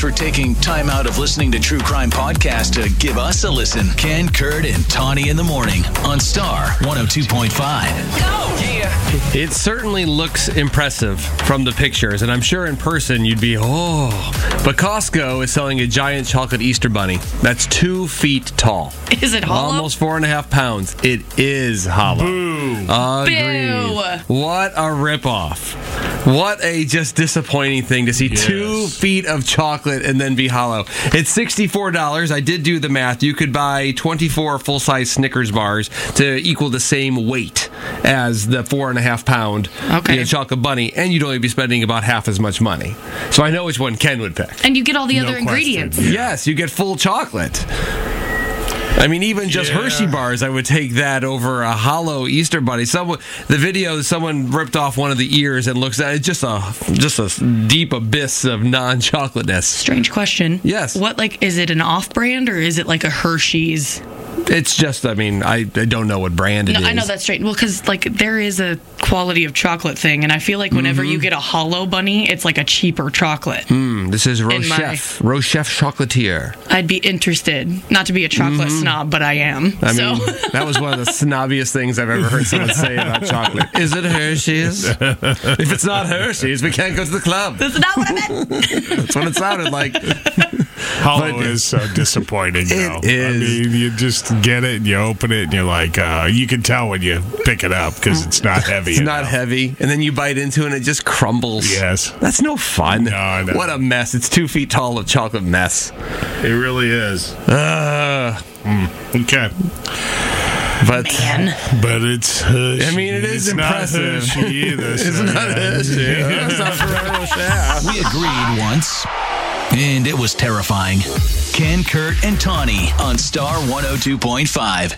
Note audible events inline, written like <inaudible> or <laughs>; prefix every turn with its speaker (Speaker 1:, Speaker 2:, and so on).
Speaker 1: for taking time out of listening to True Crime Podcast to give us a listen. Ken, Kurt, and Tawny in the morning on Star 102.5.
Speaker 2: It certainly looks impressive from the pictures, and I'm sure in person you'd be, oh. But Costco is selling a giant chocolate Easter bunny that's two feet tall.
Speaker 3: Is it hollow?
Speaker 2: Almost four and a half pounds. It is hollow. Boo. Agreed. What a ripoff. What a just disappointing thing to see two
Speaker 4: Yes.
Speaker 2: feet of chocolate and then be hollow. It's $64. I did do the math. You could buy 24 full size Snickers bars to equal the same weight as the four and a half pound
Speaker 3: Okay.
Speaker 2: you know, chocolate bunny, and you'd only be spending about half as much money. So I know which one Ken would pick.
Speaker 3: And you get all the
Speaker 4: No
Speaker 3: other
Speaker 4: question.
Speaker 3: ingredients.
Speaker 2: Yes, you get full chocolate. I mean, even just
Speaker 4: Yeah.
Speaker 2: Hershey bars, I would take that over a hollow Easter bunny. Someone, the video, someone ripped off one of the ears and looks at it's just a just a deep abyss of non-chocolateness.
Speaker 3: Strange question.
Speaker 2: Yes.
Speaker 3: What like is it an off brand or is it like a Hershey's?
Speaker 2: It's just, I mean, I, I don't know what brand it
Speaker 3: No,
Speaker 2: is.
Speaker 3: I know that's straight. Well, because like there is a quality of chocolate thing, and I feel like whenever
Speaker 2: Mm-hmm.
Speaker 3: you get a hollow bunny, it's like a cheaper chocolate.
Speaker 2: Mm, This is
Speaker 3: my-
Speaker 2: Rochef, Rochef Chocolatier.
Speaker 3: I'd be interested, not to be a chocolate snob, but I am.
Speaker 2: Mm-hmm. I
Speaker 3: so
Speaker 2: mean, that was one of the snobbiest things I've ever heard someone say about chocolate. Is it Hershey's? if it's not Hershey's, we can't go to the
Speaker 3: <laughs>
Speaker 2: club.
Speaker 3: that's not what I meant.
Speaker 2: <laughs> That's what it sounded like.
Speaker 4: Hollow
Speaker 2: But-
Speaker 4: is so
Speaker 2: <laughs>
Speaker 4: disappointing. though.
Speaker 2: is.
Speaker 4: I mean, you just get it and you open it and you're like, uh, you can tell when you pick it up because it's
Speaker 2: <laughs>
Speaker 4: not heavy.
Speaker 2: It's not
Speaker 4: enough.
Speaker 2: heavy, and then you bite into it and it just crumbles.
Speaker 4: Yes.
Speaker 2: That's no fun.
Speaker 4: No, I know.
Speaker 2: What a mess. It's two feet tall of chocolate mess.
Speaker 4: It really is.
Speaker 2: Uh,
Speaker 4: Okay,
Speaker 2: but
Speaker 4: but it's. Hershey.
Speaker 2: I mean, it is
Speaker 4: It's
Speaker 2: impressive.
Speaker 4: Not Hershey
Speaker 2: <laughs>
Speaker 4: either,
Speaker 2: it's
Speaker 4: so,
Speaker 2: not
Speaker 4: yeah.
Speaker 2: Hershey. <laughs> That's not Ferrero Rocher.
Speaker 1: We agreed once, oh and it was terrifying. Ken, Kurt, and Tawny on Star 102.5.